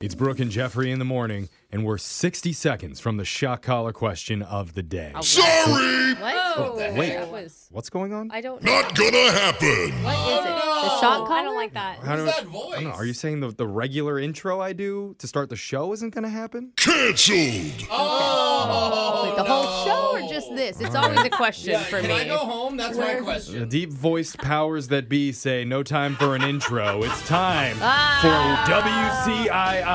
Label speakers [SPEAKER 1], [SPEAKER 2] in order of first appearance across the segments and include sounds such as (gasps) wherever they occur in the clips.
[SPEAKER 1] It's Brooke and Jeffrey in the morning, and we're 60 seconds from the shock collar question of the day.
[SPEAKER 2] Sorry,
[SPEAKER 3] What?
[SPEAKER 1] wait.
[SPEAKER 3] Oh, That was,
[SPEAKER 1] What's going on?
[SPEAKER 3] I don't know.
[SPEAKER 2] not gonna happen.
[SPEAKER 3] What is it? The shock collar? Oh, I don't like that.
[SPEAKER 1] How do- I don't know. Are you saying the, the regular intro I do to start the show isn't going to happen?
[SPEAKER 2] Cancelled.
[SPEAKER 3] Wait, the whole show or just this? It's always a question for me.
[SPEAKER 4] home? That's my question.
[SPEAKER 1] The deep voiced powers that be say no time for an intro. It's time for
[SPEAKER 3] Ah. Yeah, Oh,
[SPEAKER 1] WCII.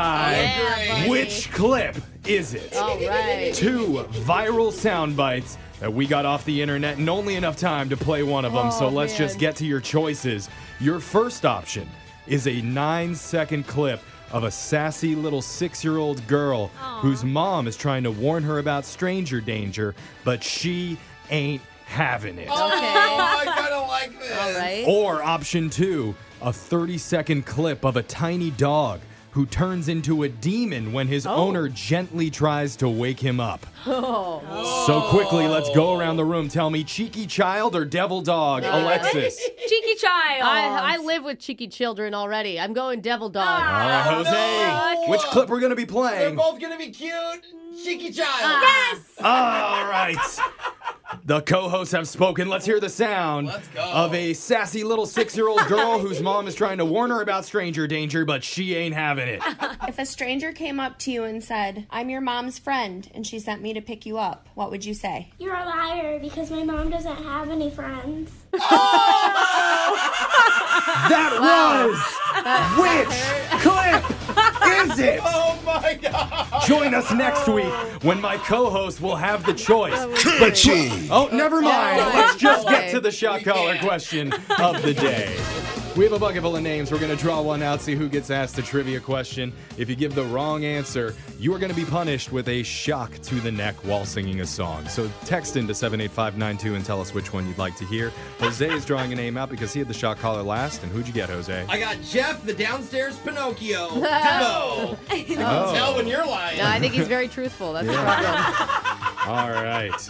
[SPEAKER 3] buddy.
[SPEAKER 1] Which clip is it?
[SPEAKER 3] All right.
[SPEAKER 1] Two viral sound bites that we got off the internet and only enough time to play one of them. so
[SPEAKER 3] Oh,
[SPEAKER 1] let's
[SPEAKER 3] man.
[SPEAKER 1] just get to your choices. Your first option is a nine second clip of a sassy little six year old girl whose mom is trying to warn her about stranger danger, but she ain't having
[SPEAKER 3] Oh,
[SPEAKER 1] it.
[SPEAKER 3] Okay.
[SPEAKER 4] Oh, I kind of like this.
[SPEAKER 3] All (laughs) right.
[SPEAKER 1] Or option two, a 30 second clip of a tiny dog who turns into a demon when his owner gently tries to wake him up. So quickly, let's go around the room. Tell me, cheeky child or devil dog? Alexis.
[SPEAKER 5] Cheeky child.
[SPEAKER 3] I, I live with cheeky children already. I'm going devil dog.
[SPEAKER 1] Uh, Jose.
[SPEAKER 4] no.
[SPEAKER 1] Which clip we're going to be
[SPEAKER 4] They're
[SPEAKER 1] playing?
[SPEAKER 4] both gonna be cute. Cheeky
[SPEAKER 3] Ah.
[SPEAKER 4] child.
[SPEAKER 5] yes.
[SPEAKER 1] All right. The co hosts have spoken. Let's hear the sound
[SPEAKER 4] Let's go.
[SPEAKER 1] of a sassy little six year old girl whose mom is trying to warn her about stranger danger, but she ain't having it.
[SPEAKER 6] If a stranger came up to you and said, I'm your mom's friend, and she sent me to pick you up, what would you say?
[SPEAKER 7] You're a liar because my mom doesn't have any friends.
[SPEAKER 1] That was which clip is it?
[SPEAKER 4] Oh my god.
[SPEAKER 1] Join us next week when my co-host will have the choice.
[SPEAKER 2] Cancelled.
[SPEAKER 1] Oh, never mind. Let's just get
[SPEAKER 3] Okay.
[SPEAKER 1] to the shot collar question of the day. We have a bucket full of names. We're going to draw one out, see who gets asked the trivia question. If you give the wrong answer, you are going to be punished with a shock to the neck while singing a song. So text into 78592 and tell us which one you'd like to hear. Jose is drawing a name out because he had the shot collar last. And who'd you get, Jose?
[SPEAKER 4] I got Jeff, the downstairs Pinocchio. Debo. You can
[SPEAKER 1] Oh.
[SPEAKER 4] tell when you're lying.
[SPEAKER 3] No, I think he's very truthful. That's
[SPEAKER 1] Yeah.
[SPEAKER 3] the problem.
[SPEAKER 1] All right.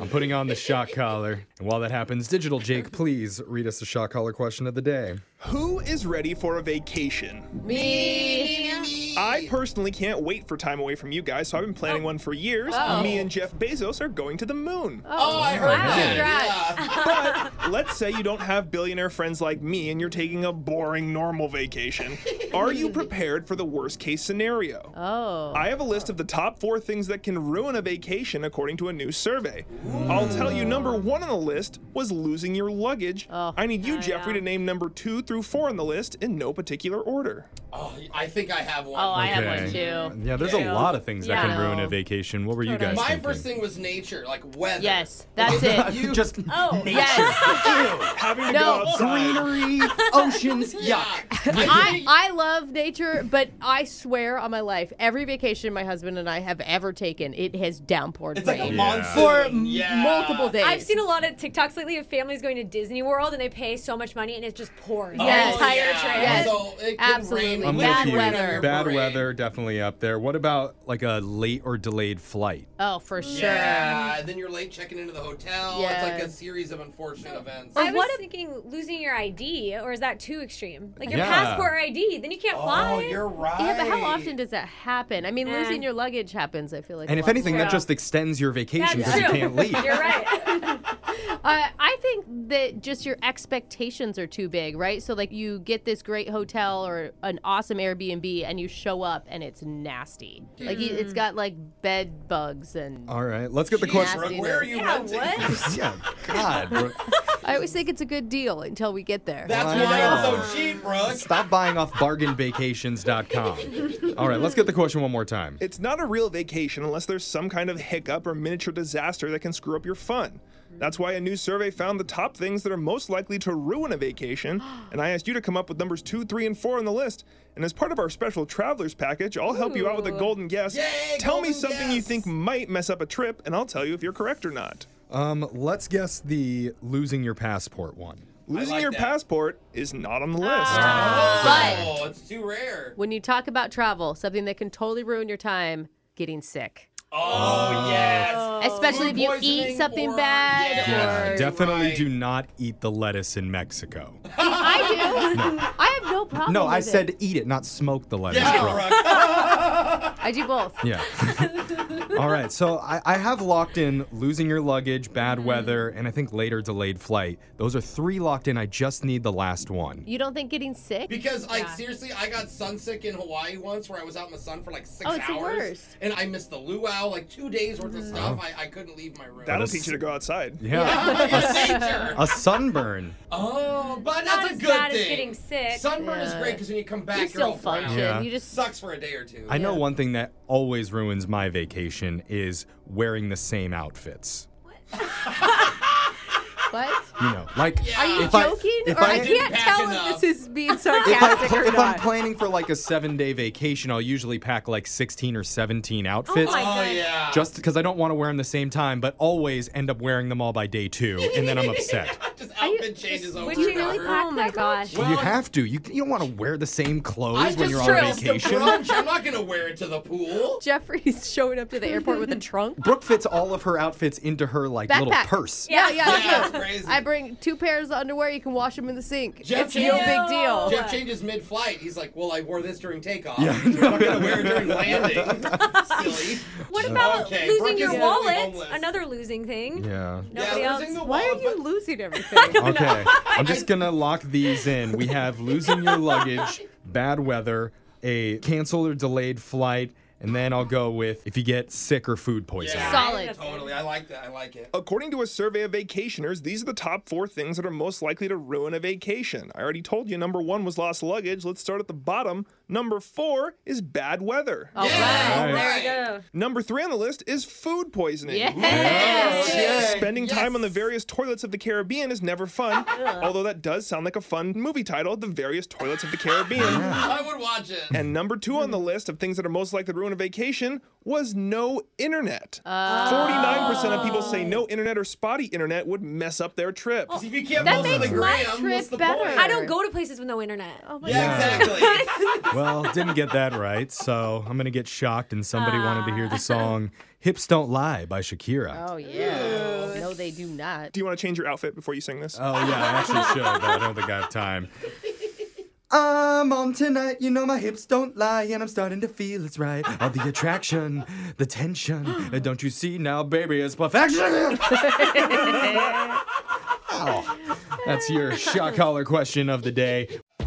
[SPEAKER 1] I'm putting on the shock collar. And while that happens, Digital Jake, please read us the shock collar question of the day.
[SPEAKER 8] Who is ready for a vacation?
[SPEAKER 3] Me.
[SPEAKER 8] I personally can't wait for time away from you guys, so I've been
[SPEAKER 3] Oh.
[SPEAKER 8] planning one for years. Me and Jeff Bezos are going to the moon.
[SPEAKER 4] oh, I heard
[SPEAKER 3] Wow.
[SPEAKER 4] that. Yeah.
[SPEAKER 8] But let's say you don't have billionaire friends like me and you're taking a boring normal
[SPEAKER 3] (laughs)
[SPEAKER 8] vacation. Are you prepared for the worst case scenario?
[SPEAKER 3] Oh.
[SPEAKER 8] I have a list of the top four things that can ruin a vacation according to a new survey. I'll tell you number one on the list was losing your luggage.
[SPEAKER 3] Oh.
[SPEAKER 8] I need you, Jeffrey, to name number two through four on the list in no particular order.
[SPEAKER 4] Oh, I think I have one.
[SPEAKER 5] Oh, I have one
[SPEAKER 1] Okay.
[SPEAKER 5] too.
[SPEAKER 1] Yeah, there's
[SPEAKER 5] Yeah.
[SPEAKER 1] a lot of things that
[SPEAKER 5] Yeah.
[SPEAKER 1] can ruin a vacation. What were you guys
[SPEAKER 4] my
[SPEAKER 1] thinking?
[SPEAKER 4] first thing was nature, like weather.
[SPEAKER 5] Yes, that's
[SPEAKER 4] (laughs)
[SPEAKER 5] it.
[SPEAKER 1] Just
[SPEAKER 5] Oh,
[SPEAKER 3] Yes.
[SPEAKER 8] Having to
[SPEAKER 3] No.
[SPEAKER 8] go outside.
[SPEAKER 1] greenery, oceans,
[SPEAKER 4] Yeah.
[SPEAKER 1] yuck.
[SPEAKER 3] I, I love nature, but I swear on my life, every vacation my husband and I have ever taken, it has downpoured
[SPEAKER 4] It's like
[SPEAKER 3] rain.
[SPEAKER 1] Yeah.
[SPEAKER 4] a monsoon.
[SPEAKER 3] for m-
[SPEAKER 4] Yeah.
[SPEAKER 3] multiple days.
[SPEAKER 5] I've seen a lot of TikToks lately of families going to Disney World and they pay so much money and it just pours.
[SPEAKER 4] Oh,
[SPEAKER 3] Yes.
[SPEAKER 5] The entire
[SPEAKER 4] yeah.
[SPEAKER 5] trip.
[SPEAKER 3] Yes.
[SPEAKER 4] So it can
[SPEAKER 3] Absolutely.
[SPEAKER 4] rain
[SPEAKER 1] I'm
[SPEAKER 3] with
[SPEAKER 1] with
[SPEAKER 3] Bad
[SPEAKER 1] you.
[SPEAKER 4] literally on your
[SPEAKER 3] weather.
[SPEAKER 1] Bad
[SPEAKER 4] parade.
[SPEAKER 1] weather, definitely up there. What about like a late or delayed flight?
[SPEAKER 3] oh, for sure.
[SPEAKER 4] Yeah, then you're late checking into the hotel. It's like
[SPEAKER 3] Yeah.
[SPEAKER 4] a series of unfortunate events.
[SPEAKER 5] I was
[SPEAKER 3] what if-
[SPEAKER 5] thinking losing your ID, or is that too extreme? Like your
[SPEAKER 1] Yeah.
[SPEAKER 5] passport or ID, then you can't fly.
[SPEAKER 4] Oh, you're right. Eh.
[SPEAKER 3] Yeah, but how often does that happen? I mean,
[SPEAKER 5] Yeah.
[SPEAKER 3] losing your luggage happens. I feel like.
[SPEAKER 1] And
[SPEAKER 3] a
[SPEAKER 1] if
[SPEAKER 3] lot.
[SPEAKER 1] anything, that
[SPEAKER 5] True.
[SPEAKER 1] just extends your vacation
[SPEAKER 5] That's
[SPEAKER 1] because you
[SPEAKER 5] true.
[SPEAKER 1] can't leave.
[SPEAKER 5] (laughs) You're right.
[SPEAKER 3] uh, I think that just your expectations are too big, right? So like, you get this great hotel or an awesome Airbnb, and you show up and it's nasty. Like you-
[SPEAKER 4] Mm.
[SPEAKER 3] it's got like bed bugs and.
[SPEAKER 1] All right, let's get the
[SPEAKER 3] Nasty.
[SPEAKER 1] question.
[SPEAKER 4] Brooke, where are you
[SPEAKER 5] yeah,
[SPEAKER 4] renting?
[SPEAKER 5] what?
[SPEAKER 1] Yeah, God, Brooke.
[SPEAKER 3] I always think it's a good deal until we get there.
[SPEAKER 4] That's
[SPEAKER 1] I
[SPEAKER 4] why
[SPEAKER 1] know.
[SPEAKER 4] it's so cheap, Brooke.
[SPEAKER 1] Stop buying off bargainvacations.com. All right, let's get the question one more time.
[SPEAKER 8] It's not a real vacation unless there's some kind of hiccup or miniature disaster that can screw up your fun. That's why a new survey found the top things that are most likely to ruin a vacation, and I asked you to come up with numbers two, three, and four on the list. And as part of our special travelers package, I'll help you out with a golden guess.
[SPEAKER 4] Yay,
[SPEAKER 8] tell me
[SPEAKER 4] golden
[SPEAKER 8] something you
[SPEAKER 4] guess.
[SPEAKER 8] think might mess up a trip, and I'll tell you if you're correct or not.
[SPEAKER 1] Um, let's guess the losing your passport one.
[SPEAKER 8] Losing
[SPEAKER 4] like
[SPEAKER 8] your
[SPEAKER 4] that.
[SPEAKER 8] passport is not on the list.
[SPEAKER 4] Oh, it's too rare.
[SPEAKER 3] When you talk about travel, something that can totally ruin your time, getting sick.
[SPEAKER 4] Oh, yes.
[SPEAKER 3] Especially if
[SPEAKER 4] Food
[SPEAKER 3] you
[SPEAKER 4] poisoning
[SPEAKER 3] eat something
[SPEAKER 4] or-
[SPEAKER 3] bad.
[SPEAKER 4] Yeah,
[SPEAKER 3] or-
[SPEAKER 1] definitely
[SPEAKER 4] right.
[SPEAKER 1] do not eat the lettuce in Mexico.
[SPEAKER 3] I do. (laughs) I have no no problem.
[SPEAKER 1] No, I
[SPEAKER 3] with it.
[SPEAKER 1] said eat it, not smoke the lettuce,
[SPEAKER 4] Yeah,
[SPEAKER 1] bro.
[SPEAKER 4] Brooke.
[SPEAKER 3] I do both.
[SPEAKER 1] Yeah. (laughs) All right. So I, I have locked in losing your luggage, bad weather, and I think later delayed flight. Those are three locked in. I just need the last one.
[SPEAKER 3] You don't think getting sick?
[SPEAKER 4] (laughs) Because like
[SPEAKER 5] Yeah.
[SPEAKER 4] seriously, I got sunsick in Hawaii once where I was out in the sun for like six
[SPEAKER 3] Oh, it's the
[SPEAKER 4] hours,
[SPEAKER 3] worst.
[SPEAKER 4] and I missed the luau, like two days worth of stuff. I, I couldn't leave my room. (laughs)
[SPEAKER 8] That'll
[SPEAKER 1] That is-
[SPEAKER 8] teach you to go outside.
[SPEAKER 1] Yeah.
[SPEAKER 4] Yeah,
[SPEAKER 1] A sunburn.
[SPEAKER 4] oh, but
[SPEAKER 5] Not
[SPEAKER 4] that's a
[SPEAKER 5] as
[SPEAKER 4] good
[SPEAKER 5] bad as
[SPEAKER 4] thing.
[SPEAKER 5] getting sick.
[SPEAKER 4] Sunburn is
[SPEAKER 3] Yeah.
[SPEAKER 4] great because when you come back,
[SPEAKER 3] you
[SPEAKER 4] you're
[SPEAKER 3] still
[SPEAKER 4] all brown.
[SPEAKER 3] function.
[SPEAKER 1] Yeah.
[SPEAKER 3] You just
[SPEAKER 4] Sucks for a day or two.
[SPEAKER 1] I know one thing that always ruins my vacation is wearing the same outfits.
[SPEAKER 3] (laughs) what?
[SPEAKER 1] You know, like
[SPEAKER 3] Are you
[SPEAKER 1] If I-
[SPEAKER 3] joking?
[SPEAKER 1] if
[SPEAKER 3] or I,
[SPEAKER 1] I-
[SPEAKER 3] can't tell
[SPEAKER 4] Packing
[SPEAKER 3] if
[SPEAKER 4] up.
[SPEAKER 3] this is being
[SPEAKER 5] (laughs)
[SPEAKER 1] if, I,
[SPEAKER 3] sarcastic or
[SPEAKER 1] if I'm
[SPEAKER 3] not.
[SPEAKER 1] planning for like a seven day vacation, I'll usually pack like 16 or 17 outfits.
[SPEAKER 5] my
[SPEAKER 4] Oh
[SPEAKER 5] God.
[SPEAKER 4] yeah.
[SPEAKER 1] just because I don't want to wear them the same time, but always end up wearing them all by day two, and then I'm upset.
[SPEAKER 4] (laughs) just
[SPEAKER 3] you-
[SPEAKER 4] outfit changes over.
[SPEAKER 3] would you
[SPEAKER 4] and
[SPEAKER 3] really
[SPEAKER 4] over.
[SPEAKER 3] pack
[SPEAKER 5] Oh my
[SPEAKER 3] that
[SPEAKER 5] gosh.
[SPEAKER 1] you have to. You, you don't want to wear the same clothes
[SPEAKER 4] I
[SPEAKER 1] when
[SPEAKER 4] just
[SPEAKER 1] you're on
[SPEAKER 4] dressed to
[SPEAKER 1] vacation.
[SPEAKER 4] (laughs) brunch. I'm not gonna wear it to the pool.
[SPEAKER 3] Jeffrey's showing up to the airport
[SPEAKER 4] (laughs)
[SPEAKER 3] with a trunk.
[SPEAKER 1] Brooke fits all of her outfits into her like little
[SPEAKER 3] Backpack.
[SPEAKER 1] purse.
[SPEAKER 3] Yeah,
[SPEAKER 4] Yeah,
[SPEAKER 3] yeah, yeah.
[SPEAKER 4] it's crazy.
[SPEAKER 3] (laughs) I bring two pairs of underwear. You can wash them in the sink.
[SPEAKER 4] Jeff
[SPEAKER 3] it's
[SPEAKER 4] Ew.
[SPEAKER 3] no big deal.
[SPEAKER 4] Jeff changes mid-flight. He's like, "Well, I wore this during takeoff.
[SPEAKER 1] Yeah. (laughs)
[SPEAKER 4] I'm not gonna wear it during landing." Silly. (laughs)
[SPEAKER 5] What about
[SPEAKER 4] Okay, Brooke
[SPEAKER 5] losing
[SPEAKER 4] is
[SPEAKER 5] your
[SPEAKER 4] definitely
[SPEAKER 5] wallet?
[SPEAKER 4] homeless.
[SPEAKER 5] Another losing thing.
[SPEAKER 1] Yeah.
[SPEAKER 5] Nobody
[SPEAKER 4] yeah,
[SPEAKER 5] else.
[SPEAKER 4] losing the
[SPEAKER 3] Why
[SPEAKER 4] wallet,
[SPEAKER 3] are you
[SPEAKER 4] but-
[SPEAKER 3] losing everything?
[SPEAKER 1] Okay. I'm just gonna lock these in. We have losing your luggage, bad weather, a canceled or delayed flight, and then I'll go with if you get sick or food poisoning.
[SPEAKER 4] Yeah.
[SPEAKER 3] Solid. Oh,
[SPEAKER 4] Totally. I like that. I like it.
[SPEAKER 8] According to a survey of vacationers, these are the top four things that are most likely to ruin a vacation. I already told you number one was lost luggage. Let's start at the bottom. Number four is bad weather.
[SPEAKER 4] Yeah,
[SPEAKER 1] All
[SPEAKER 4] all
[SPEAKER 1] right.
[SPEAKER 4] right.
[SPEAKER 8] Number three on the list is food poisoning.
[SPEAKER 4] Oh, Okay.
[SPEAKER 8] Spending
[SPEAKER 4] Yes.
[SPEAKER 8] time on the various toilets of the Caribbean is never fun, although that does sound like a fun movie title, The Various Toilets of the Caribbean.
[SPEAKER 4] I would watch it.
[SPEAKER 8] and number two on the list of things that are most likely to ruin a vacation was no internet. 49% of people say no internet or spotty internet would mess up their trip.
[SPEAKER 4] if you can't
[SPEAKER 3] That
[SPEAKER 4] post on the
[SPEAKER 3] makes my
[SPEAKER 4] gram, what's
[SPEAKER 3] trip
[SPEAKER 4] the
[SPEAKER 3] better.
[SPEAKER 4] point?
[SPEAKER 5] I don't go to places with no internet. Oh my
[SPEAKER 1] Yeah.
[SPEAKER 4] Yeah, exactly.
[SPEAKER 1] Well, didn't get that right, so I'm gonna get shocked. And somebody wanted to hear the song "Hips Don't Lie" by Shakira.
[SPEAKER 3] (laughs) Oh yeah. No, they do not.
[SPEAKER 8] Do you want to change your outfit before you sing this?
[SPEAKER 1] Oh yeah, I actually should, but I don't think I have time. (laughs) I'm on tonight, you know my hips don't lie, and I'm starting to feel it's right. All the attraction, the tension, (gasps) uh, don't you see now, baby, it's perfection. (laughs) Ow. That's your shock collar question of the day.